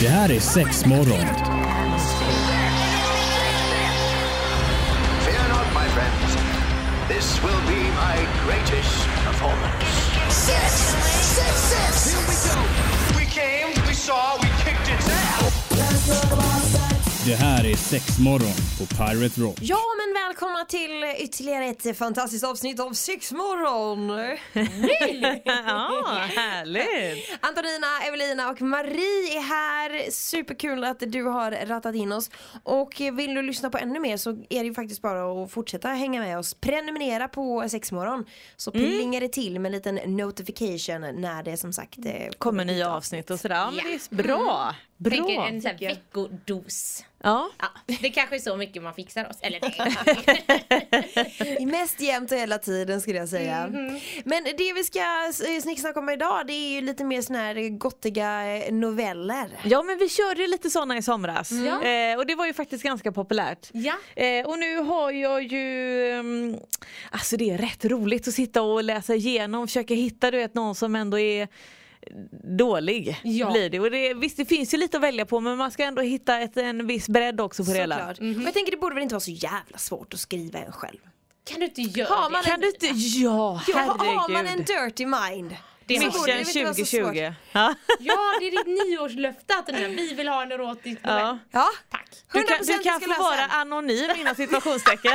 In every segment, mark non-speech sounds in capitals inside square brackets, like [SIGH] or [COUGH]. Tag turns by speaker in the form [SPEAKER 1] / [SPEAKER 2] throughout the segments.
[SPEAKER 1] Det här är sex morgon.
[SPEAKER 2] Fear not, my friends. This will be my greatest performance.
[SPEAKER 3] Six, six, six. Here we go.
[SPEAKER 2] We came, we saw, we kicked its ass.
[SPEAKER 1] Det här är sex morgon på Pirate Rock.
[SPEAKER 4] Ja, men välkomna till ytterligare ett fantastiskt avsnitt av Sexmorgon. ja, härligt. Antonina, Evelina och Marie är här. Superkul att du har rattat in oss. Och vill du lyssna på ännu mer så är det ju faktiskt bara att fortsätta hänga med oss. Prenumerera på Sexmorgon så plingar det till med en liten notification när det som sagt eh,
[SPEAKER 5] kommer nya avsnitt och sådär. Ja, men det är bra.
[SPEAKER 6] Mm. Tänker
[SPEAKER 5] Bra.
[SPEAKER 6] en sån här veckodos.
[SPEAKER 5] Ja.
[SPEAKER 6] Ja, det kanske är så mycket man fixar oss. Eller nej.
[SPEAKER 4] I mest jämt och hela tiden skulle jag säga. Men det vi ska eh, snicksnacka om idag det är ju lite mer såna här gottiga eh, noveller.
[SPEAKER 5] ja men vi körde ju lite sådana i somras
[SPEAKER 6] Ja.
[SPEAKER 5] eh, och det var ju faktiskt ganska populärt.
[SPEAKER 6] [LAUGHS] Ja.
[SPEAKER 5] Eh, och nu har jag ju, ehm, alltså det är rätt roligt att sitta och läsa igenom, försöka hitta du vet någon som ändå är dålig.
[SPEAKER 6] Ja.
[SPEAKER 5] Blir det. Och det, visst det finns ju lite att välja på men man ska ändå hitta ett, en viss bredd också på det hela.
[SPEAKER 4] Såklart. Och jag tänker det borde väl inte vara så jävla svårt att skriva en själv.
[SPEAKER 6] Kan du inte göra
[SPEAKER 4] Har man
[SPEAKER 6] det?
[SPEAKER 5] Kan du inte, ja
[SPEAKER 4] Ja, har man en
[SPEAKER 5] herregud.
[SPEAKER 4] dirty mind.
[SPEAKER 6] Det är
[SPEAKER 4] så borde
[SPEAKER 5] Mission
[SPEAKER 4] väl inte vara så svårt.
[SPEAKER 5] 2020. Ja.
[SPEAKER 6] Ja, det är ditt nyårslöfte att den här, vi vill ha en erotisk novell.
[SPEAKER 5] Ja.
[SPEAKER 4] Ja.
[SPEAKER 6] Tack.
[SPEAKER 5] Du kan,
[SPEAKER 4] 100%
[SPEAKER 5] du kan
[SPEAKER 4] ska
[SPEAKER 5] få
[SPEAKER 4] läsa
[SPEAKER 5] vara
[SPEAKER 4] den.
[SPEAKER 5] [LAUGHS] anonym inom situationstecken.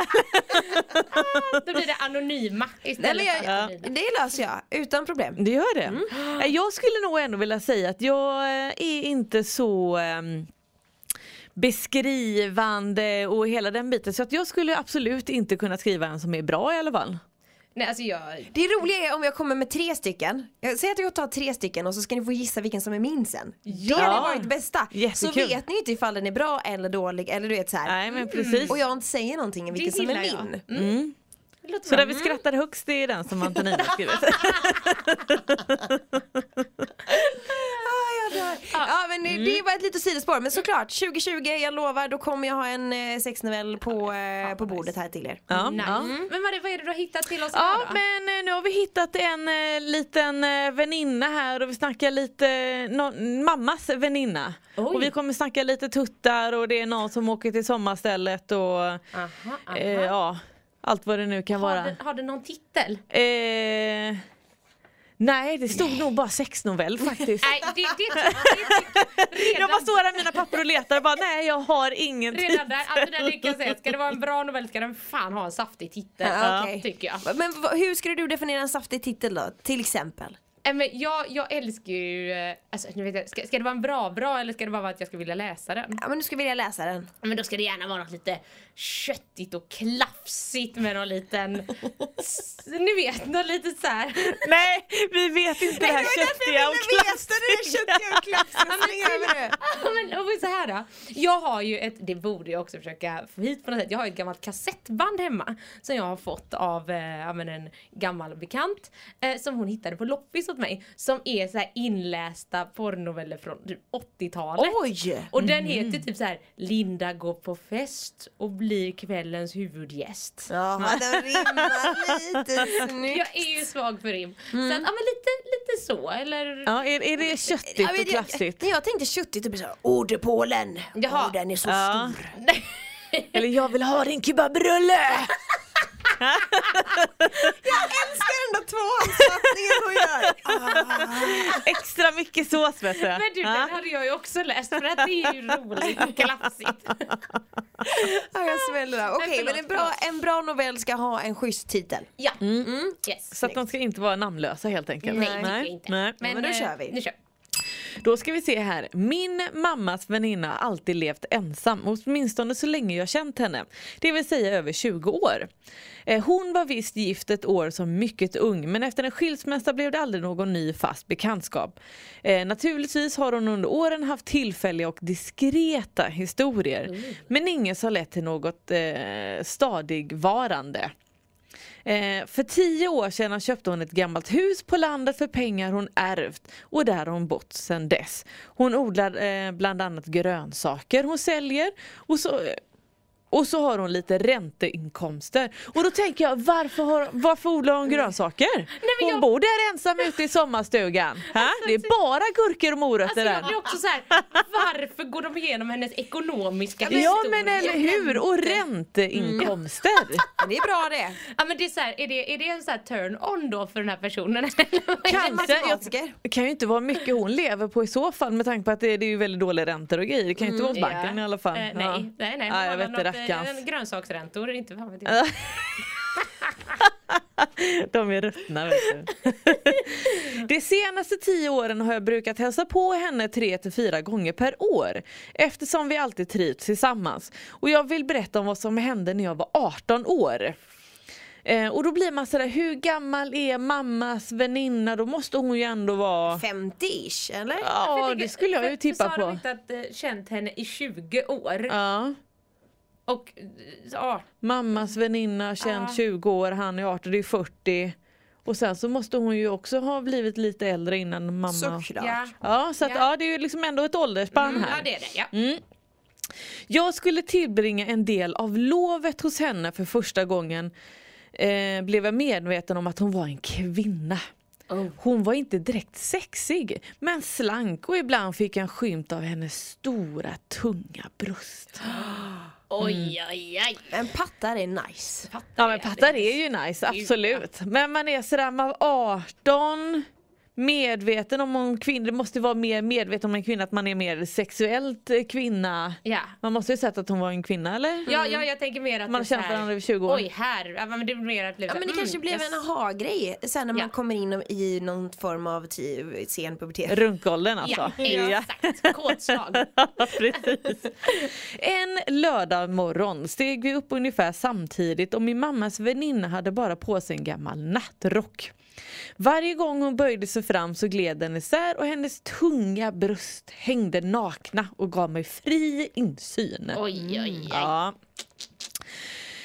[SPEAKER 6] Då blir det anonyma
[SPEAKER 4] Nej,
[SPEAKER 6] istället
[SPEAKER 4] men
[SPEAKER 6] för
[SPEAKER 4] jag,
[SPEAKER 6] anonyma.
[SPEAKER 4] Det löser jag utan problem.
[SPEAKER 5] Det gör det. Eh, Jag skulle nog ändå vilja säga att jag eh, är inte så ehm, beskrivande och hela den biten. Så att jag skulle absolut inte kunna skriva en som är bra i alla fall.
[SPEAKER 6] Nej, alltså jag...
[SPEAKER 4] Det roliga är om jag kommer med tre stycken. Jag säger att jag tar tre stycken och så ska ni få gissa vilken som är min sen. Det hade varit det bästa. Så
[SPEAKER 5] Jättekul.
[SPEAKER 4] vet ni inte ifall den är bra eller dålig eller du vet så här.
[SPEAKER 5] Nej men precis.
[SPEAKER 4] Och jag inte säger någonting om vilken som är
[SPEAKER 6] gillar jag.
[SPEAKER 4] min.
[SPEAKER 6] Det låter
[SPEAKER 5] Så
[SPEAKER 6] bra.
[SPEAKER 5] där vi skrattar högst det är den som Antonina har [LAUGHS] skrivit.
[SPEAKER 4] Ah, jag dör. Ja men eh,
[SPEAKER 6] Mm.
[SPEAKER 4] det är bara ett litet sidospår men såklart 2020 jag lovar då kommer jag ha en eh, sexnovell på, eh, på bordet här till er.
[SPEAKER 5] Ja,
[SPEAKER 6] Nice.
[SPEAKER 5] ja.
[SPEAKER 6] Mm. Men vad är, det, vad är det du har hittat till oss
[SPEAKER 5] Ja
[SPEAKER 6] idag då?
[SPEAKER 5] men eh, nu har vi hittat en eh, liten eh, väninna här och vi snackar lite eh, nå- mammas väninna.
[SPEAKER 6] Oj.
[SPEAKER 5] Och vi kommer snacka lite tuttar och det är någon som åker till sommarstället och
[SPEAKER 6] Aha, aha.
[SPEAKER 5] eh, ja, allt vad det nu kan
[SPEAKER 6] har,
[SPEAKER 5] vara.
[SPEAKER 6] den, har den någon titel?
[SPEAKER 5] Eh, nej det stod nog bara sexnovell faktiskt.
[SPEAKER 6] Nej, det, det, det, det, [LAUGHS] redan,
[SPEAKER 5] jag bara står här med mina papper och letar och bara nej jag har ingen tid.
[SPEAKER 6] redan där, alltså där det kan jag säga, ska det vara en bra novell ska den fan ha en saftig titel.
[SPEAKER 4] Ja, Ah, okej.
[SPEAKER 6] Tycker jag.
[SPEAKER 4] Men v- hur skulle du definiera en saftig titel då? Till exempel.
[SPEAKER 6] Nej, Eh, Men jag, jag älskar ju, eh, alltså, nu vet jag, ska, ska det vara en bra bra eller ska det bara vara att jag ska vilja läsa den?
[SPEAKER 4] Ja men nu ska vi vilja läsa den.
[SPEAKER 6] Ja, Men då ska det gärna vara något lite köttigt och klafsigt med någon liten, s- ni vet, någon lite så här.
[SPEAKER 5] [LAUGHS] Nej vi vet inte det här köttiga och klass.
[SPEAKER 4] köttiga och
[SPEAKER 5] [LAUGHS]
[SPEAKER 4] klassiska.
[SPEAKER 6] [LAUGHS] Ja, men och så här då. Jag har ju ett, det borde jag också försöka få hit på något sätt. Jag har ju ett gammalt kassettband hemma som jag har fått av eh, ja, men en gammal bekant eh, som hon hittade på loppis åt mig. Som är så här inlästa porrnoveller från typ 80-talet.
[SPEAKER 4] Oj!
[SPEAKER 6] Och den heter
[SPEAKER 5] Mm-hmm.
[SPEAKER 6] typ så här Linda går på fest och blir kvällens huvudgäst.
[SPEAKER 4] Ja den rimmar
[SPEAKER 6] [LAUGHS]
[SPEAKER 4] lite snyggt.
[SPEAKER 6] Jag är ju svag för rim. Så att, ja men lite, lite så eller
[SPEAKER 5] Mm. Ja, är, är det
[SPEAKER 4] Ja,
[SPEAKER 5] köttigt
[SPEAKER 4] men
[SPEAKER 5] och
[SPEAKER 4] jag-
[SPEAKER 5] klassigt?
[SPEAKER 4] När jag tänkte köttigt det blir såhär Ordepolen!
[SPEAKER 6] Jaha.
[SPEAKER 4] Åh, den är så
[SPEAKER 5] Ja.
[SPEAKER 4] stor.
[SPEAKER 5] Eller jag vill ha din
[SPEAKER 6] [LAUGHS]
[SPEAKER 5] kebabrulle!
[SPEAKER 4] Älskar den där tvåhandsfattningen hon gör.
[SPEAKER 5] Ah. Extra mycket sås vet du.
[SPEAKER 6] Men du
[SPEAKER 5] Ja.
[SPEAKER 6] den hade jag ju också läst för att det är ju roligt
[SPEAKER 5] [LAUGHS]
[SPEAKER 6] och klafsigt.
[SPEAKER 4] Ja, jag sväller av. Okej,
[SPEAKER 6] förlåt,
[SPEAKER 4] men en bra, en bra novell ska ha en schysst titel.
[SPEAKER 6] Ja. Mm. Yes.
[SPEAKER 5] Så att de ska inte vara namnlösa helt enkelt.
[SPEAKER 6] Nej, det tycker jag inte.
[SPEAKER 5] Nej.
[SPEAKER 4] men då
[SPEAKER 6] eh,
[SPEAKER 4] kör vi.
[SPEAKER 6] Nu kör.
[SPEAKER 5] Då ska vi se här. Min mammas väninna har alltid levt ensam, åtminstone så länge jag känt henne. Det vill säga över 20 år. Eh, Hon var visst gift ett år som mycket ung men efter en skilsmässa blev det aldrig någon ny fast bekantskap. Eh, Naturligtvis har hon under åren haft tillfälliga och diskreta historier men inget som lett till något eh, stadigvarande. Eh, för tio år sedan köpte hon ett gammalt hus på landet för pengar hon ärvt och där har hon bott sedan dess. Hon odlar eh, bland annat grönsaker hon säljer och så eh, Och så har hon lite ränteinkomster. Och då tänker jag, varför, har, varför odlar hon grönsaker? hon
[SPEAKER 6] jag-
[SPEAKER 5] bor där ensam ute i
[SPEAKER 6] [LAUGHS]
[SPEAKER 5] sommarstugan. Ha? Det är bara gurkor och morötter
[SPEAKER 6] Alltså
[SPEAKER 5] där.
[SPEAKER 6] jag blir också så här, varför går de igenom hennes ekonomiska
[SPEAKER 5] Ja
[SPEAKER 6] historia?
[SPEAKER 5] men eller hur! Och ränteinkomster.
[SPEAKER 6] Mm.
[SPEAKER 4] Men det är bra det.
[SPEAKER 6] Ja men det är så här, är det, är det en så här turn-on då för den här personen? [LAUGHS]
[SPEAKER 5] Kanske.
[SPEAKER 4] Matematiker.
[SPEAKER 5] Det kan ju inte vara mycket hon lever på i så fall med tanke på att det, det är ju väldigt dåliga räntor och grejer. Det kan ju inte vara hos banken i alla fall.
[SPEAKER 6] Eh, nej,
[SPEAKER 5] Ja.
[SPEAKER 6] nej, nej. men
[SPEAKER 5] Ja,
[SPEAKER 6] har
[SPEAKER 5] Ah, jag
[SPEAKER 6] man
[SPEAKER 5] vet det
[SPEAKER 6] något, eh,
[SPEAKER 5] rackarns.
[SPEAKER 6] Grönsaksräntor, inte fan vet jag.
[SPEAKER 5] De är ruttna vet
[SPEAKER 6] [LAUGHS]
[SPEAKER 5] du. De senaste tio åren har jag brukat hälsa på henne tre till fyra gånger per år eftersom vi alltid trivts tillsammans. Och jag vill berätta om vad som hände när jag var 18 år. Eh, och då blir man sådär, hur gammal är mammas väninna? Då måste hon ju ändå vara...
[SPEAKER 4] 50-ish eller?
[SPEAKER 5] Ja, Ah, det skulle jag ju tippa
[SPEAKER 6] För sa de
[SPEAKER 5] på. Ah.
[SPEAKER 6] inte att eh, känt henne i 20 år?
[SPEAKER 5] Ja.
[SPEAKER 6] Och eh, 18
[SPEAKER 5] Mammas väninna, känd
[SPEAKER 6] Ja.
[SPEAKER 5] 20 år, han är 18, det är 40. Och sen så måste hon ju också ha blivit lite äldre innan mamma...
[SPEAKER 4] Såklart.
[SPEAKER 6] Ja.
[SPEAKER 5] Ja, så att, ja.
[SPEAKER 6] Ja.
[SPEAKER 5] det är ju liksom ändå ett åldersspann
[SPEAKER 6] Mm,
[SPEAKER 5] här.
[SPEAKER 6] ja det är det, ja.
[SPEAKER 5] Jag skulle tillbringa en del av lovet hos henne för första gången eh, blev jag medveten om att hon var en kvinna.
[SPEAKER 6] Oh.
[SPEAKER 5] Hon var inte direkt sexig, men slank och ibland fick jag en skymt av hennes stora, tunga bröst.
[SPEAKER 6] Oj, oj, oj.
[SPEAKER 4] Men pattar är nice.
[SPEAKER 5] Ja men pattar är ju nice, absolut. Men man är sådär, man var 18, medveten om en kvinna, det måste vara mer medveten om en kvinna, att man är mer sexuellt eh, kvinna.
[SPEAKER 6] Ja.
[SPEAKER 5] Man måste ju sett att hon var en kvinna eller?
[SPEAKER 6] Ja, ja, jag tänker mer att
[SPEAKER 5] Mm. Man har
[SPEAKER 6] det är
[SPEAKER 5] känt
[SPEAKER 6] så här-
[SPEAKER 5] varandra i 20 år.
[SPEAKER 6] Oj, här. Ja, men det är mer att bli
[SPEAKER 4] Ja
[SPEAKER 6] så här,
[SPEAKER 4] men det kanske blev
[SPEAKER 6] jag-
[SPEAKER 4] en aha-grej sen när man
[SPEAKER 6] Mm, Ja.
[SPEAKER 4] kommer in i någon form av ti- sen pubertet.
[SPEAKER 5] Runkåldern alltså.
[SPEAKER 6] Ja, exakt. Kåtslag.
[SPEAKER 5] Ja, [LAUGHS] precis. En lördag morgon steg vi upp ungefär samtidigt och min mammas väninna hade bara på sig en gammal nattrock. Varje gång hon böjde sig fram så gled den isär och hennes tunga bröst hängde nakna och gav mig fri insyn.
[SPEAKER 6] Oj, oj, oj.
[SPEAKER 5] Ja.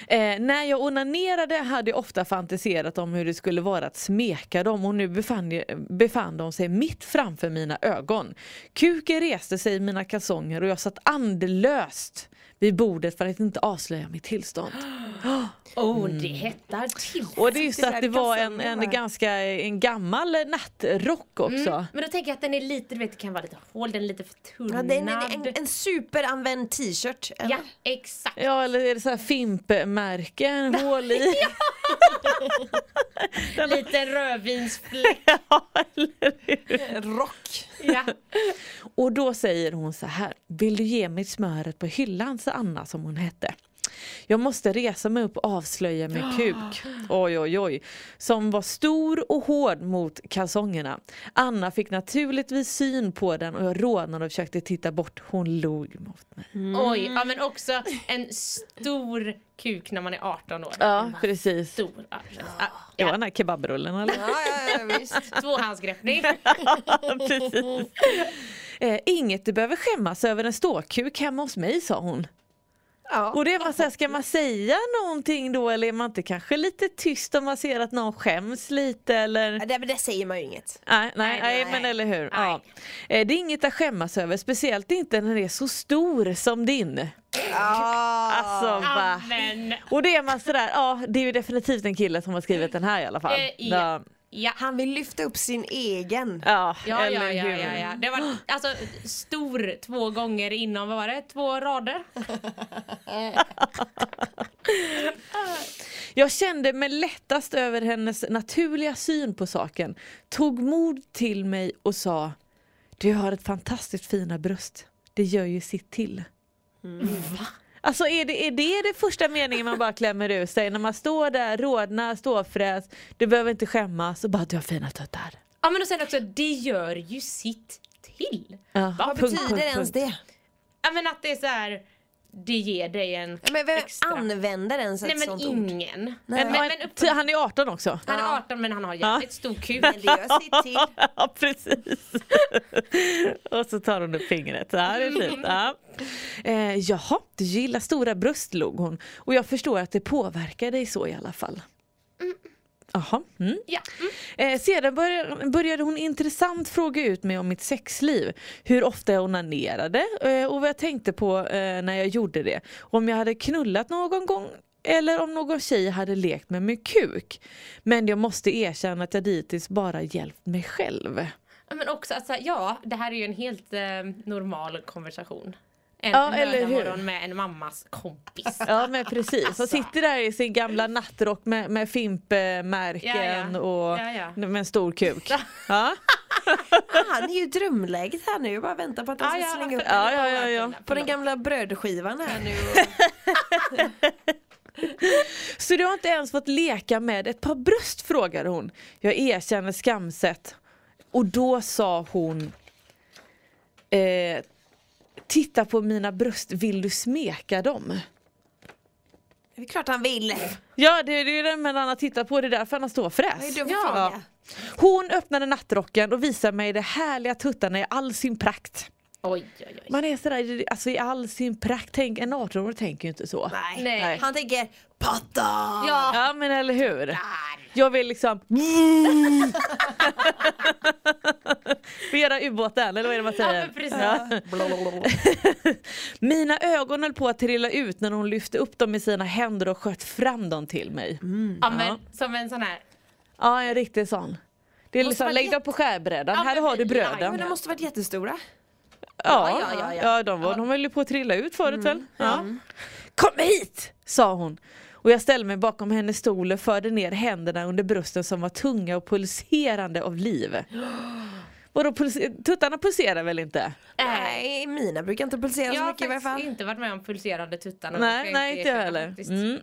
[SPEAKER 5] Eh, när jag onanerade hade jag ofta fantiserat om hur det skulle vara att smeka dem och nu befann, befann de sig mitt framför mina ögon. Kuken reste sig i mina kalsonger och jag satt andelöst vid bordet för att inte avslöja mitt tillstånd.
[SPEAKER 6] Oh, det hettar till.
[SPEAKER 5] Och det är just att det var en,
[SPEAKER 4] kalsongerna.
[SPEAKER 5] en ganska en gammal nattrock också.
[SPEAKER 6] Men då tänker jag att den är lite, du vet, det kan vara lite hål, den är lite förtunnad.
[SPEAKER 4] Ja, det är en, en, en superanvänd t-shirt. eller?
[SPEAKER 6] Ja, exakt.
[SPEAKER 5] Ja eller är det så här fimpmärken, hål i?
[SPEAKER 6] Liten rödvinsfläck.
[SPEAKER 5] [LAUGHS] ja, eller hur?
[SPEAKER 4] Rock.
[SPEAKER 6] Ja.
[SPEAKER 5] Och då säger hon så här, vill du ge mig smöret på hyllan, sa Anna som hon hette. Jag måste resa mig upp och avslöja min kuk. Oj oj oj. Som var stor och hård mot kalsongerna. Anna fick naturligtvis syn på den och jag rånade och försökte titta bort. Hon log mot mig.
[SPEAKER 6] Oj,
[SPEAKER 4] Mm.
[SPEAKER 6] ja men också en stor kuk när man är 18 år.
[SPEAKER 5] Ja precis.
[SPEAKER 6] Stor. Ja, ja.
[SPEAKER 5] Det var den här kebabrullen eller?
[SPEAKER 4] Ja, ja, ja, visst. [LAUGHS]
[SPEAKER 6] Tvåhandsgreppning.
[SPEAKER 5] [LAUGHS] precis. Eh, inget du behöver skämmas över en ståkuk hemma hos mig sa hon.
[SPEAKER 4] Ja.
[SPEAKER 5] Och det var så här, ska man säga någonting då eller är man inte kanske lite tyst om man ser att någon skäms lite eller?
[SPEAKER 4] Ja, Det, men det säger man ju inget.
[SPEAKER 5] Nej, nej, nej,
[SPEAKER 6] nej,
[SPEAKER 5] men
[SPEAKER 6] nej.
[SPEAKER 5] eller hur. Ja.
[SPEAKER 6] Nej.
[SPEAKER 5] Eh, Det är inget att skämmas över, speciellt inte när det är så stor som din.
[SPEAKER 6] Ah.
[SPEAKER 4] Ja.
[SPEAKER 5] Alltså va.
[SPEAKER 6] Amen.
[SPEAKER 5] Och det är man sådär, ja det är ju definitivt en kille som har skrivit den här i alla fall.
[SPEAKER 6] Eh, ja. Ja.
[SPEAKER 4] Han vill lyfta upp sin egen.
[SPEAKER 5] Ja,
[SPEAKER 6] Ja,
[SPEAKER 5] eller
[SPEAKER 6] ja, ja,
[SPEAKER 5] hur.
[SPEAKER 6] ja, ja. Det var alltså stor två gånger inom, vad var det, två rader?
[SPEAKER 5] Jag kände mig lättast över hennes naturliga syn på saken. Tog mod till mig och sa Du har ett fantastiskt fina bröst. Det gör ju sitt till. Mm. Alltså är det, är det det första meningen man bara klämmer ur sig? När man står där, rodnar, ståfräs, du behöver inte skämmas och bara du har fina tuttar.
[SPEAKER 6] Ja men och sen också, det gör ju sitt till.
[SPEAKER 5] Ja,
[SPEAKER 4] Vad betyder ens det?
[SPEAKER 6] Ja men att det är så här, det ger dig en
[SPEAKER 4] Ja, Men vem
[SPEAKER 6] extra.
[SPEAKER 4] använder ens ett
[SPEAKER 6] Nej men
[SPEAKER 4] sånt ord?
[SPEAKER 6] ingen.
[SPEAKER 4] Nej.
[SPEAKER 6] Men,
[SPEAKER 5] Men,
[SPEAKER 6] men upp,
[SPEAKER 5] han är 18 också.
[SPEAKER 6] han är 18 men han har jävligt stor kuk.
[SPEAKER 4] Men det gör sitt till.
[SPEAKER 5] [LAUGHS] Ja precis. och så tar hon upp fingret. Ja, det är fint. Ja. Eh, jaha, du gillar stora bröst log hon. Och jag förstår att det påverkar dig så i alla fall. Jaha. Mm.
[SPEAKER 6] Ja. Mm.
[SPEAKER 5] Eh, sedan började, började hon intressant fråga ut mig om mitt sexliv. Hur ofta jag onanerade eh, och vad jag tänkte på eh, när jag gjorde det. Om jag hade knullat någon gång eller om någon tjej hade lekt med min kuk. Men jag måste erkänna att jag dittills bara hjälpt mig själv.
[SPEAKER 6] Ja, Men också att så här, ja, det här är ju en helt eh, normal konversation. En
[SPEAKER 5] Ja, eller hur?
[SPEAKER 6] lördagsmorgon med en mammas kompis.
[SPEAKER 5] [LAUGHS] Ja men precis. Hon sitter där i sin gamla nattrock med, med fimpmärken
[SPEAKER 6] Ja, ja.
[SPEAKER 5] och
[SPEAKER 6] Ja, ja.
[SPEAKER 5] med en stor [LAUGHS] kuk. Ja.
[SPEAKER 4] Ah, Han är ju i drömläget här nu. Bara väntar på att han
[SPEAKER 6] Ja,
[SPEAKER 4] ska
[SPEAKER 6] ja.
[SPEAKER 4] slänga upp
[SPEAKER 5] Ja, ja, ja, ja.
[SPEAKER 4] på den gamla brödskivan här
[SPEAKER 6] [LAUGHS]
[SPEAKER 4] nu.
[SPEAKER 5] Så du har inte ens fått leka med ett par bröst frågade hon. Jag erkänner skamset. Och då sa hon eh, Titta på mina bröst, vill du smeka dem?
[SPEAKER 4] Det är klart han vill.
[SPEAKER 5] Ja det, det är det men han har tittat på, det är därför han står
[SPEAKER 4] Vad är
[SPEAKER 5] fräs.
[SPEAKER 4] det för
[SPEAKER 5] Ja.
[SPEAKER 4] fråga?
[SPEAKER 5] Hon öppnade nattrocken och visade mig de härliga tuttarna i all sin prakt.
[SPEAKER 6] Oj, oj, oj.
[SPEAKER 5] Man är sådär, alltså i all sin prakt, tänk, en 18-åring tänker ju inte så.
[SPEAKER 4] Nej.
[SPEAKER 6] Nej.
[SPEAKER 4] Han tänker patta.
[SPEAKER 6] Ja.
[SPEAKER 5] Ja men eller hur. Jag vill
[SPEAKER 6] [LAUGHS]
[SPEAKER 5] liksom Vera ubåten eller vad är det man
[SPEAKER 6] Ja,
[SPEAKER 5] säger?
[SPEAKER 6] men precis.
[SPEAKER 5] Mina ögon höll på att trilla ut när hon lyfte upp dem i sina händer och sköt fram dem till mig.
[SPEAKER 6] Ja, men, som en sån här...
[SPEAKER 5] Ja en riktig sån. Det är
[SPEAKER 4] Måste
[SPEAKER 5] liksom,
[SPEAKER 4] vara
[SPEAKER 5] lägg dem på skärbrädan,
[SPEAKER 6] Ja,
[SPEAKER 5] här
[SPEAKER 6] men
[SPEAKER 5] har du
[SPEAKER 4] Men
[SPEAKER 6] vi-
[SPEAKER 5] bröden.
[SPEAKER 4] de
[SPEAKER 5] Ja,
[SPEAKER 4] måste varit jättestora.
[SPEAKER 5] ja,
[SPEAKER 6] ja, ja, Mm, ja.
[SPEAKER 5] de, var, de höll ju på att trilla ut förut väl. Ja. Kom hit! sa hon. Och jag ställde mig bakom hennes stol och förde ner händerna under brösten som var tunga och pulserande av liv. Vadå, pulse- tuttarna pulserar väl inte?
[SPEAKER 6] Eh,
[SPEAKER 4] Nej, mina brukar inte pulsera
[SPEAKER 6] jag
[SPEAKER 4] så
[SPEAKER 6] har
[SPEAKER 4] mycket i alla
[SPEAKER 6] faktiskt
[SPEAKER 4] fall.
[SPEAKER 6] inte varit med om pulserande tuttar. någon gång,
[SPEAKER 5] Nej,
[SPEAKER 6] ska
[SPEAKER 5] nej inte jag
[SPEAKER 6] erkänna
[SPEAKER 5] heller.
[SPEAKER 6] faktiskt.
[SPEAKER 5] Mm.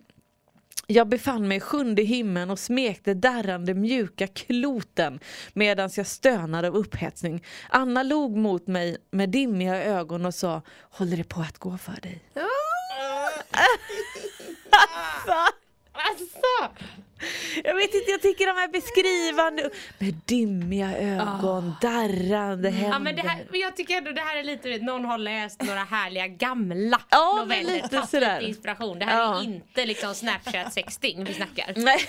[SPEAKER 5] Jag befann mig i sjunde himlen och smekte darrande mjuka kloten medan jag stönade av upphetsning. Anna log mot mig med dimmiga ögon och sa Håller det på att gå för dig?
[SPEAKER 6] Alltså!
[SPEAKER 5] Jag vet inte, jag tycker de här beskrivande med dimmiga ögon, darrande händer.
[SPEAKER 6] Ah. Mm. Ja, men det här, men jag tycker ändå det här är lite, vet, någon har läst några härliga gamla
[SPEAKER 5] Ja, men
[SPEAKER 6] noveller.
[SPEAKER 5] lite
[SPEAKER 6] tagit
[SPEAKER 5] sådär.
[SPEAKER 6] lite inspiration. Det här
[SPEAKER 5] Ja.
[SPEAKER 6] är inte liksom Snapchat sexting vi snackar.
[SPEAKER 5] Nej.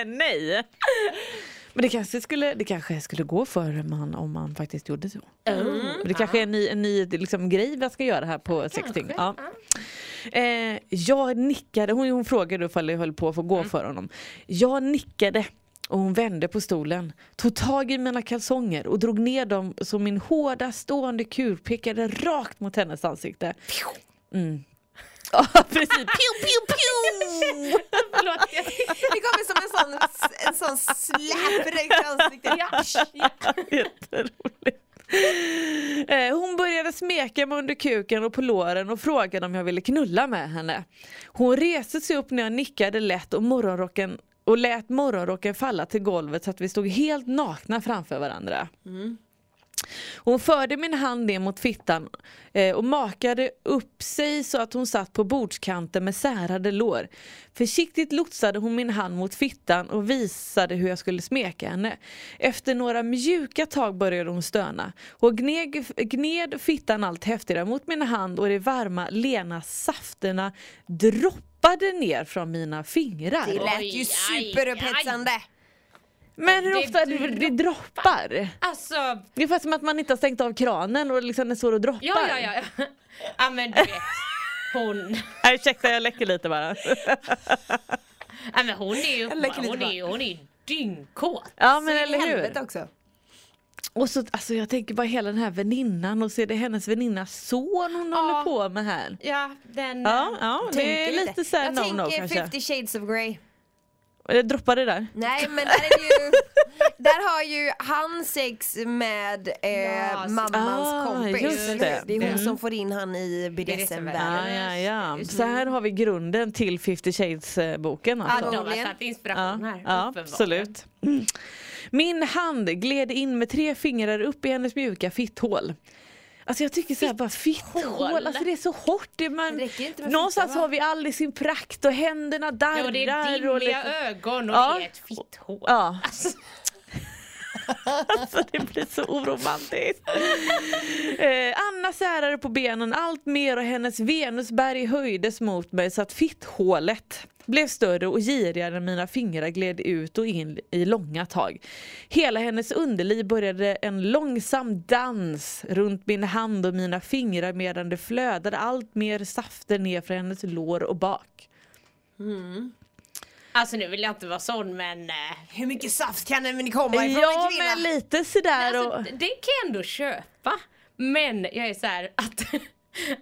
[SPEAKER 5] Eh, Nej. Men det kanske, skulle, det kanske skulle gå för man om man faktiskt gjorde så. Men det kanske är en ny, en ny liksom, grej vi ska göra här på sexting. Ja. Eh, jag nickade, hon, hon frågade ifall jag höll på att få gå för honom. Jag nickade och hon vände på stolen, tog tag i mina kalsonger och drog ner dem så min hårda stående kur pekade rakt mot hennes ansikte. [LAUGHS] Mm. Ja, precis. Pew, pew, pew.
[SPEAKER 6] Förlåt. jag-
[SPEAKER 4] Det kommer som en sån, en sån släp direkt i ansiktet.
[SPEAKER 6] Ja. Ja.
[SPEAKER 5] [LAUGHS] Jätteroligt. Eh, Hon började smeka mig under kuken och på låren och frågade om jag ville knulla med henne. Hon reste sig upp när jag nickade lätt och, morgonrocken, och lät morgonrocken falla till golvet så att vi stod helt nakna framför varandra. Hon förde min hand ner mot fittan eh, och makade upp sig så att hon satt på bordskanten med särade lår. Försiktigt lotsade hon min hand mot fittan och visade hur jag skulle smeka henne. Efter några mjuka tag började hon stöna. Hon gneg, gned fittan allt häftigare mot min hand och de varma lena safterna droppade ner från mina fingrar.
[SPEAKER 4] Det lät ju
[SPEAKER 6] Oj, aj,
[SPEAKER 4] superupphetsande.
[SPEAKER 5] Men hur
[SPEAKER 6] det
[SPEAKER 5] ofta det, det droppar?
[SPEAKER 6] Alltså, ja,
[SPEAKER 5] Det är fast som att man inte har stängt av kranen och liksom den står och droppar.
[SPEAKER 6] ja, ja. [LAUGHS] Ja, men du vet. Hon,
[SPEAKER 5] Nej, ursäkta jag läcker lite bara.
[SPEAKER 6] ja, men hon är ju
[SPEAKER 4] Jag lägger
[SPEAKER 6] uppenbar-
[SPEAKER 4] lite
[SPEAKER 6] hon är, ju- hon är ju dyngkåt.
[SPEAKER 5] [LAUGHS] Ja
[SPEAKER 4] Så
[SPEAKER 5] men
[SPEAKER 4] in i
[SPEAKER 5] eller
[SPEAKER 4] helvete
[SPEAKER 5] hur.
[SPEAKER 4] också.
[SPEAKER 5] Och så alltså jag tänker bara hela den här väninnan och så är det hennes väninnas son hon håller på med här.
[SPEAKER 6] Ja, den...
[SPEAKER 5] Ja, ja det är
[SPEAKER 4] Tänker
[SPEAKER 5] lite såhär
[SPEAKER 4] Jag
[SPEAKER 5] no-no
[SPEAKER 4] tänker
[SPEAKER 5] kanske.
[SPEAKER 4] 50 shades of grey.
[SPEAKER 5] Jag droppade där. [LAUGHS]
[SPEAKER 4] Nej men där är det ju Där har ju han sex med eh,
[SPEAKER 6] Ja, så-
[SPEAKER 4] mammans
[SPEAKER 5] Ah,
[SPEAKER 4] kompis.
[SPEAKER 5] just
[SPEAKER 4] eller hur?
[SPEAKER 5] det.
[SPEAKER 4] det är hon
[SPEAKER 5] Mm.
[SPEAKER 4] som får in han i BDSM-världen.
[SPEAKER 5] Ja,
[SPEAKER 6] det
[SPEAKER 5] ja,
[SPEAKER 6] är-
[SPEAKER 5] ja. Så här har vi grunden till 50 Shades eh, boken alltså.
[SPEAKER 6] De har
[SPEAKER 4] Förmodligen.
[SPEAKER 6] tagit inspiration här.
[SPEAKER 5] ja,
[SPEAKER 6] uppenbarligen.
[SPEAKER 5] absolut. Min hand gled in med tre fingrar upp i hennes mjuka fitthål. Alltså jag tycker såhär bara fitthål, alltså det är så hårt. Det, man,
[SPEAKER 4] Det räcker inte med
[SPEAKER 5] någonstans
[SPEAKER 4] fitta, va?
[SPEAKER 5] har vi all i sin prakt och händerna darrar.
[SPEAKER 6] Ja, det är
[SPEAKER 5] och
[SPEAKER 6] dimmiga
[SPEAKER 5] liksom-
[SPEAKER 6] ögon och
[SPEAKER 5] Ja.
[SPEAKER 6] det är ett fitthål.
[SPEAKER 5] Ja.
[SPEAKER 6] Alltså,
[SPEAKER 5] [LAUGHS] Alltså det blir så oromantiskt. Eh, Anna särade på benen allt mer och hennes venusberg höjdes mot mig så att fitthålet Blev större och girigare när mina fingrar gled ut och in i långa tag. Hela hennes underliv började en långsam dans runt min hand och mina fingrar medan det flödade allt mer safter ner från hennes lår och bak.
[SPEAKER 6] Alltså nu vill jag inte vara sån men... eh,
[SPEAKER 4] Hur mycket saft kan det komma ifrån
[SPEAKER 5] Ja
[SPEAKER 4] en kvinna?
[SPEAKER 5] men lite sådär
[SPEAKER 6] Alltså,
[SPEAKER 5] och...
[SPEAKER 6] det det kan jag ändå köpa. Men jag är så här att,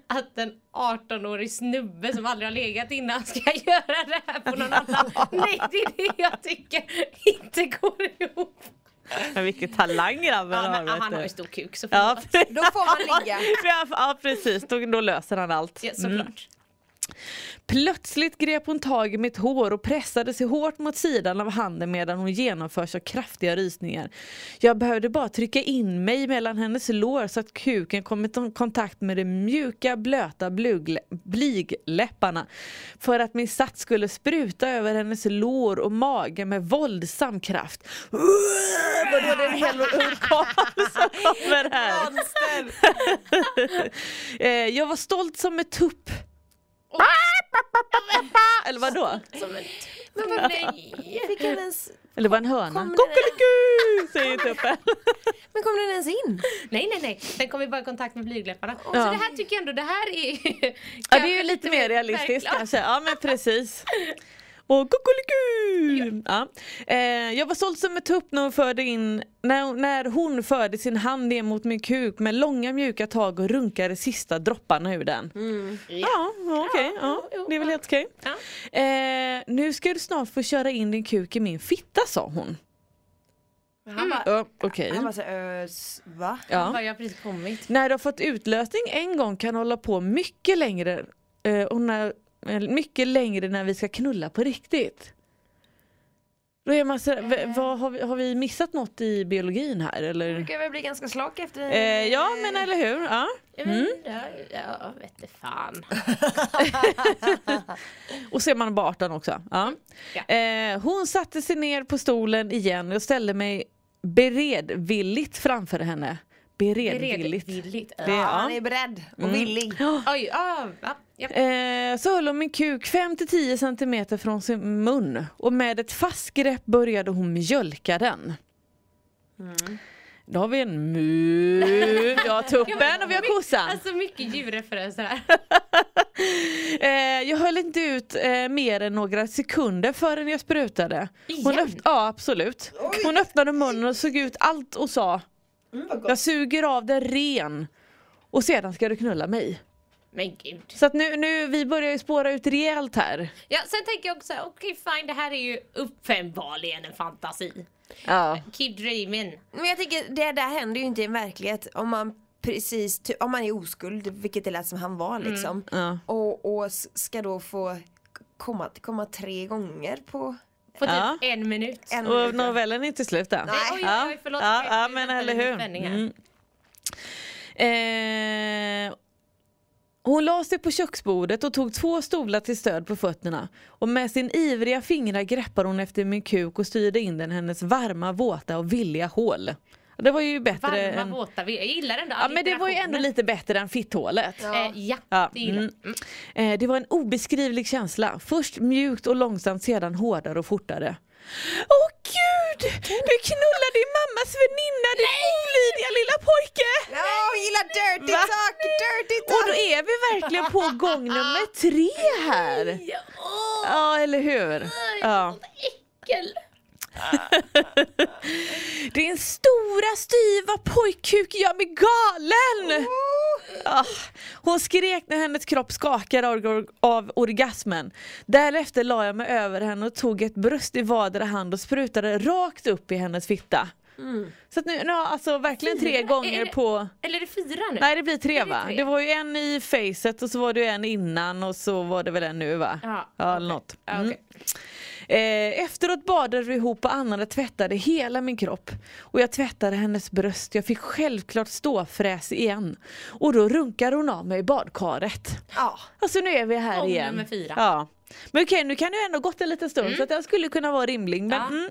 [SPEAKER 6] [LAUGHS] att en 18-årig snubbe som aldrig har legat innan ska göra det här på någon [LAUGHS] annan. Nej det är det jag tycker inte går ihop.
[SPEAKER 5] Men vilken talang grabben
[SPEAKER 6] Ja,
[SPEAKER 5] har
[SPEAKER 6] men, ah,
[SPEAKER 5] vet
[SPEAKER 6] han har
[SPEAKER 5] du.
[SPEAKER 6] ju stor kuk så
[SPEAKER 5] Ja,
[SPEAKER 6] förlåt.
[SPEAKER 4] Då får man ligga.
[SPEAKER 5] [LAUGHS] Ja, ja precis, då, då löser han allt.
[SPEAKER 6] Ja,
[SPEAKER 5] Mm.
[SPEAKER 6] [LAUGHS] såklart.
[SPEAKER 5] Plötsligt grep hon tag i mitt hår och pressade sig hårt mot sidan av handen medan hon genomförs av kraftiga rysningar. Jag behövde bara trycka in mig mellan hennes lår så att kuken kom i ton- kontakt med de mjuka blöta blugle- blygläpparna för att min sats skulle spruta över hennes lår och mage med våldsam kraft. [LAUGHS] Vad då det är en hel orkan som kommer här. [LAUGHS] Eh, Jag var stolt som en tupp. Eller vadå?
[SPEAKER 4] Men vad nej. Fick han ens,
[SPEAKER 5] Eller var det en höna?
[SPEAKER 4] Kom den-
[SPEAKER 5] Kockeliku säger tuppen. [LAUGHS]
[SPEAKER 4] men kom den ens in?
[SPEAKER 6] Nej nej nej, den kommer bara i kontakt med blygdläpparna. Så
[SPEAKER 5] Ja.
[SPEAKER 6] det här tycker jag ändå, det här är... [LAUGHS]
[SPEAKER 5] Ja det är ju lite mer realistiskt
[SPEAKER 6] verkligen.
[SPEAKER 5] kanske. Ja men [LAUGHS] precis. Och kockeliku! Ja. Eh, jag var stolt som en tupp när hon förde in när, när hon förde sin hand ner mot min kuk med långa mjuka tag och runkade sista dropparna ur den. Ja, Mm. ja, okej. Ja, det är väl helt okej.
[SPEAKER 6] Ja.
[SPEAKER 5] Eh, nu ska du snart få köra in din kuk i min fitta sa hon.
[SPEAKER 4] Han bara,
[SPEAKER 5] Ja, okej.
[SPEAKER 4] Mm. han bara så, här, "Eh, s- va?
[SPEAKER 5] Ja.
[SPEAKER 6] Vad jag har precis kommit.
[SPEAKER 5] När du har fått utlösning en gång kan du hålla på mycket längre eh, och när, eh, mycket längre när vi ska knulla på riktigt. Då är man så, v- vad, har, vi, har vi missat något i biologin här eller?
[SPEAKER 4] Brukar väl bli ganska slak efter...
[SPEAKER 5] Eh, ja men eller hur? Ja.
[SPEAKER 6] Mm. Ja, vet du fan.
[SPEAKER 5] Och så är man bara 18 också. Ja.
[SPEAKER 4] Mm.
[SPEAKER 6] Ja.
[SPEAKER 5] Eh, hon satte sig ner på stolen igen och ställde mig beredvilligt framför henne. Beredvilligt.
[SPEAKER 6] Beredvilligt.
[SPEAKER 5] Det,
[SPEAKER 4] ja,
[SPEAKER 5] ja. Mm.
[SPEAKER 4] Han är beredd och villig.
[SPEAKER 6] Oj, ah, ja, ja.
[SPEAKER 5] Eh, så höll hon min kuk 5-10 cm från sin mun och med ett fast grepp började hon mjölka den.
[SPEAKER 6] Mm.
[SPEAKER 5] Då har vi en mu,
[SPEAKER 6] [LAUGHS]
[SPEAKER 5] vi har tuppen och vi har kossan.
[SPEAKER 6] Alltså mycket djurreferenser här.
[SPEAKER 5] Eh, jag höll inte ut eh, mer än några sekunder förrän jag sprutade. Hon
[SPEAKER 6] Igen?
[SPEAKER 5] öpp- ja, absolut. Hon öppnade munnen och såg ut allt och sa
[SPEAKER 6] Mm,
[SPEAKER 5] Jag suger av den ren och sedan ska du knulla mig.
[SPEAKER 6] Men gud.
[SPEAKER 5] Så att nu, nu vi börjar ju spåra ut rejält här.
[SPEAKER 6] Ja, sen tänker jag också, okej fine, det här är ju uppenbarligen en fantasi.
[SPEAKER 5] Ja.
[SPEAKER 6] Keep dreaming.
[SPEAKER 4] Men jag tänker, det där händer ju inte i en verklighet om man precis, ty- om man är oskuld, vilket det lät som han var liksom.
[SPEAKER 5] Mm. Ja.
[SPEAKER 4] Och, och s- ska då få k- komma, komma tre gånger på
[SPEAKER 6] På typ
[SPEAKER 5] Ja.
[SPEAKER 6] en minut.
[SPEAKER 4] en
[SPEAKER 5] Och
[SPEAKER 4] minut.
[SPEAKER 5] novellen är inte slut än.
[SPEAKER 4] Nej,
[SPEAKER 6] oj,
[SPEAKER 5] ja,
[SPEAKER 6] oj, förlåt.
[SPEAKER 5] ja,
[SPEAKER 6] Okej,
[SPEAKER 5] ja,
[SPEAKER 6] vi
[SPEAKER 5] men
[SPEAKER 6] väntar
[SPEAKER 5] eller
[SPEAKER 6] lite
[SPEAKER 5] hur.
[SPEAKER 6] spänning här.
[SPEAKER 5] Mm. Eh, hon la sig på köksbordet och tog två stolar till stöd på fötterna. Och med sin ivriga fingrar greppade hon efter min kuk och styrde in den i hennes varma, våta och villiga hål. Det var ju bättre
[SPEAKER 6] Varma,
[SPEAKER 5] än...
[SPEAKER 6] våta vi. Jag gillar ändå
[SPEAKER 5] Ja men det var ju ändå lite bättre än fitthålet.
[SPEAKER 6] Ja, eh, ja,
[SPEAKER 5] Ja,
[SPEAKER 6] det gillar jag.
[SPEAKER 5] mm. Eh, det var en obeskrivlig känsla. Först mjukt och långsamt, sedan hårdare och fortare. Åh gud! Du knullar din mammas väninna, din olydiga lilla pojke!
[SPEAKER 4] Ja, hon gillar dirty
[SPEAKER 5] Va?
[SPEAKER 4] talk, dirty
[SPEAKER 5] Och då
[SPEAKER 4] talk!
[SPEAKER 5] är vi verkligen på gång
[SPEAKER 4] [LAUGHS]
[SPEAKER 5] nummer tre här. Ja, eller hur? Ja.
[SPEAKER 6] Äckel.
[SPEAKER 5] Din stora styva pojkkuk gör mig galen!
[SPEAKER 6] Oh.
[SPEAKER 5] Ah, Hon skrek när hennes kropp skakade av- av orgasmen. Därefter la jag mig över henne och tog ett bröst i vardera hand och sprutade rakt upp i hennes fitta. Så att nu, nu, har alltså verkligen tre
[SPEAKER 6] Fyra? Mm. Är
[SPEAKER 5] gånger
[SPEAKER 6] det-
[SPEAKER 5] på...
[SPEAKER 6] Eller är det fyra nu?
[SPEAKER 5] Nej det blir tre va?
[SPEAKER 6] tre?
[SPEAKER 5] Det var ju en i facet och så var det ju en innan och så var det väl en nu va?
[SPEAKER 6] Ja,
[SPEAKER 5] ja eller något. Mm.
[SPEAKER 6] Ja, okej.
[SPEAKER 5] Eh, efteråt badade vi ihop och Anna tvättade hela min kropp. Och jag tvättade hennes bröst. Jag fick självklart ståfräs igen. Och då runkade hon av mig i badkaret.
[SPEAKER 4] Ja.
[SPEAKER 5] Alltså nu är vi här
[SPEAKER 6] Gång
[SPEAKER 5] igen.
[SPEAKER 6] nummer fyra. Mm.
[SPEAKER 5] Ja. Men okej, nu kan det ju ändå gått en liten stund så att den skulle kunna vara rimlig. Men,
[SPEAKER 6] Ja.
[SPEAKER 5] mm.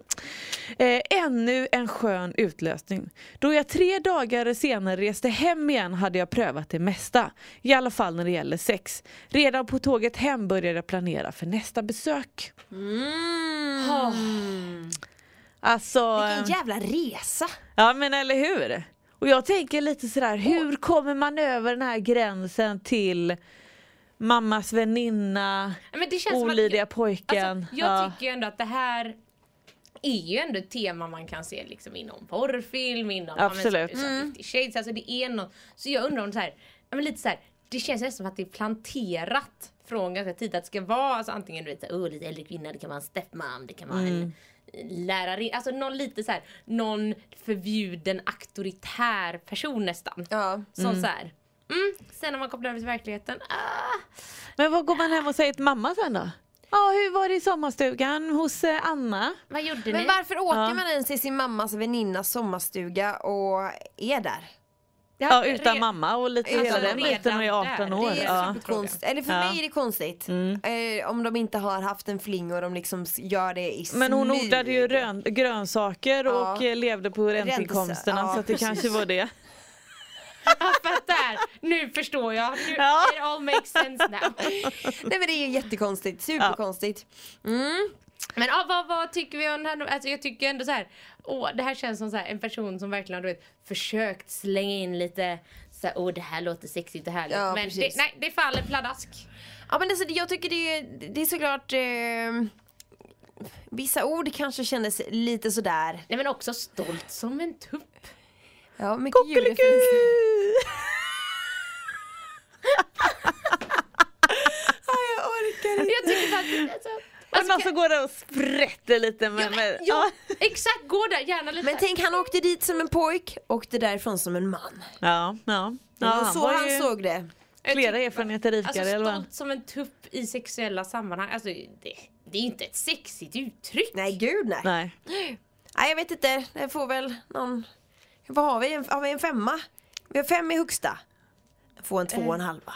[SPEAKER 5] eh, ännu en skön utlösning. Då jag tre dagar senare reste hem igen hade jag prövat det mesta. I alla fall när det gäller sex. Redan på tåget hem började jag planera för nästa besök.
[SPEAKER 6] Mm.
[SPEAKER 5] Ah.
[SPEAKER 4] Ja.
[SPEAKER 5] Alltså,
[SPEAKER 4] Vilken jävla resa!
[SPEAKER 5] ja men eller hur? Och jag tänker lite sådär, hur kommer man över den här gränsen till mammas väninna,
[SPEAKER 6] Men det känns som att-
[SPEAKER 5] olydiga pojken?
[SPEAKER 6] Alltså, jag
[SPEAKER 5] Ja.
[SPEAKER 6] tycker ju ändå att det här är ju ändå ett tema man kan se liksom inom porrfilm, inom
[SPEAKER 5] Absolut.
[SPEAKER 6] ja, men så- så
[SPEAKER 4] Mm.
[SPEAKER 6] 50 shades, alltså det är något. Så jag undrar om det här, ja, men lite så här, det känns nästan som att det är planterat från ganska tidigt att det ska vara alltså antingen du vet, så här, "Åh, lite äldre kvinna, det kan vara en stepmom, det kan vara
[SPEAKER 5] Mm.
[SPEAKER 6] en lärarinna, alltså någon lite så här, någon förbjuden auktoritär person nästan.
[SPEAKER 4] Ja.
[SPEAKER 6] Som så här, mm, sen när man kopplar över till verkligheten, ah,
[SPEAKER 5] Men vad går man hem och säger till mamma sen då? Ja, hur var det i sommarstugan hos eh, Anna?
[SPEAKER 6] vad gjorde ni?
[SPEAKER 5] Mm.
[SPEAKER 4] Men varför åker man ens till sin mammas väninnas sommarstuga och är där?
[SPEAKER 6] Det
[SPEAKER 5] Ja,
[SPEAKER 6] här-
[SPEAKER 5] utan
[SPEAKER 6] re-
[SPEAKER 5] mamma och lite
[SPEAKER 4] Utan
[SPEAKER 5] hela den
[SPEAKER 6] mamma.
[SPEAKER 5] biten och jag är 18
[SPEAKER 6] Redan
[SPEAKER 5] år.
[SPEAKER 6] där.
[SPEAKER 4] Det är
[SPEAKER 5] Ja.
[SPEAKER 4] superkonst- Eller för
[SPEAKER 5] Ja. Mm.
[SPEAKER 4] mig är det konstigt. Eh, om de inte har haft en fling och de liksom s- gör det i
[SPEAKER 5] Men hon
[SPEAKER 4] smyg.
[SPEAKER 5] odlade ju rön, grönsaker
[SPEAKER 4] Ja.
[SPEAKER 5] och eh, levde på ränteinkomsterna
[SPEAKER 4] ja,
[SPEAKER 5] så att det
[SPEAKER 4] precis.
[SPEAKER 5] kanske
[SPEAKER 6] [LAUGHS]
[SPEAKER 5] var
[SPEAKER 6] Alltså,
[SPEAKER 5] det.
[SPEAKER 6] fattar! Nu förstår jag. Nu,
[SPEAKER 5] Ja.
[SPEAKER 6] It all makes sense now.
[SPEAKER 4] [LAUGHS] Nej men det är ju jättekonstigt, superkonstigt. Mm.
[SPEAKER 6] Men ja, vad, vad tycker vi om det här? Alltså, jag tycker ändå så här. Åh, det här känns som så här, en person som verkligen har du vet, försökt slänga in lite så här, åh det här låter sexigt och härligt.
[SPEAKER 4] Ja,
[SPEAKER 6] men
[SPEAKER 4] precis.
[SPEAKER 6] det, nej, det faller pladask.
[SPEAKER 4] Ja men alltså, det- jag tycker det är, det är såklart eh, Vissa ord kanske kändes lite sådär.
[SPEAKER 6] Nej men också stolt som en tupp.
[SPEAKER 4] Ja, mycket julreferenser. Jag orkar inte.
[SPEAKER 6] [LAUGHS] Jag tycker faktiskt alltså,
[SPEAKER 5] Men
[SPEAKER 6] alltså,
[SPEAKER 5] alltså går där och sprätter lite
[SPEAKER 6] ja,
[SPEAKER 5] med...
[SPEAKER 6] men,
[SPEAKER 5] med
[SPEAKER 6] ja, exakt, gå där gärna lite.
[SPEAKER 4] Men tänk han åkte dit som en pojk, åkte därifrån som en man.
[SPEAKER 5] ja, ja. ja
[SPEAKER 4] Ja, så
[SPEAKER 5] var
[SPEAKER 4] han
[SPEAKER 5] ju
[SPEAKER 4] såg det.
[SPEAKER 6] Jag
[SPEAKER 5] flera
[SPEAKER 6] tycker-
[SPEAKER 5] erfarenheter rikare.
[SPEAKER 6] Alltså
[SPEAKER 5] eller vad?
[SPEAKER 6] stolt som en tupp i sexuella sammanhang. Alltså det, det är inte ett sexigt uttryck.
[SPEAKER 4] Nej gud nej. nej.
[SPEAKER 5] Nej.
[SPEAKER 4] jag vet inte, det får väl någon... Vad har vi? En- Har vi en femma? Vi har fem i högsta. Få en två och en halva.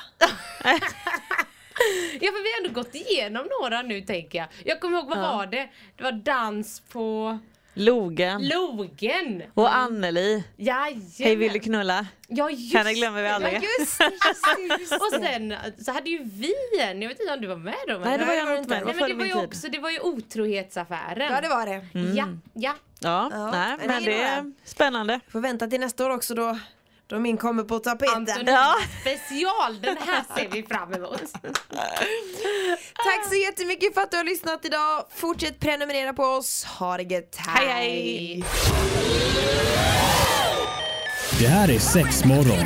[SPEAKER 6] Ja för vi har ändå gått igenom några nu tänker jag. Jag kommer ihåg, vad var det? Det var dans på
[SPEAKER 5] Logen.
[SPEAKER 6] logen.
[SPEAKER 5] Och Anneli.
[SPEAKER 6] Jajamän.
[SPEAKER 5] Mm. Hej vill du knulla?
[SPEAKER 6] Ja just
[SPEAKER 5] Henne glömmer vi aldrig.
[SPEAKER 6] Ja,
[SPEAKER 4] Just det, just
[SPEAKER 6] just- Och sen så hade ju vi en, jag vet inte om du var med då? men-
[SPEAKER 5] Nej det var
[SPEAKER 4] Nej,
[SPEAKER 5] jag
[SPEAKER 4] var
[SPEAKER 5] nog
[SPEAKER 4] det
[SPEAKER 5] inte med,
[SPEAKER 4] inte.
[SPEAKER 5] det var före
[SPEAKER 6] Nej, men det var
[SPEAKER 5] min
[SPEAKER 6] ju
[SPEAKER 5] tid. Mm.
[SPEAKER 6] också, det var ju otrohetsaffären.
[SPEAKER 4] Ja det var det.
[SPEAKER 6] Ja, ja.
[SPEAKER 5] Ja,
[SPEAKER 4] Ja,
[SPEAKER 5] nej,
[SPEAKER 4] men
[SPEAKER 5] men
[SPEAKER 4] det är
[SPEAKER 5] det är
[SPEAKER 4] några.
[SPEAKER 5] spännande.
[SPEAKER 4] Får vänta till nästa år också då, då min kommer på tapeten.
[SPEAKER 6] Antonina
[SPEAKER 5] Ja.
[SPEAKER 6] Alltså, special, den här ser vi
[SPEAKER 5] [LAUGHS]
[SPEAKER 6] fram emot.
[SPEAKER 4] [LAUGHS] Tack så jättemycket för att du har lyssnat idag. Fortsätt prenumerera på oss. Ha det gött.
[SPEAKER 5] Hej, hej.
[SPEAKER 1] Det här är sex morgon.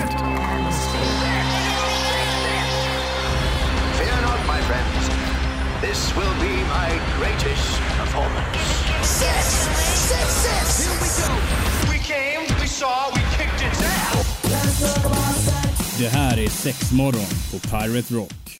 [SPEAKER 2] Fear not, my friends. This will be my greatest performance.
[SPEAKER 3] Six, six, six. Here we go.
[SPEAKER 2] We came, we saw, we kicked its ass.
[SPEAKER 1] Det här är sex morgon på Pirate Rock.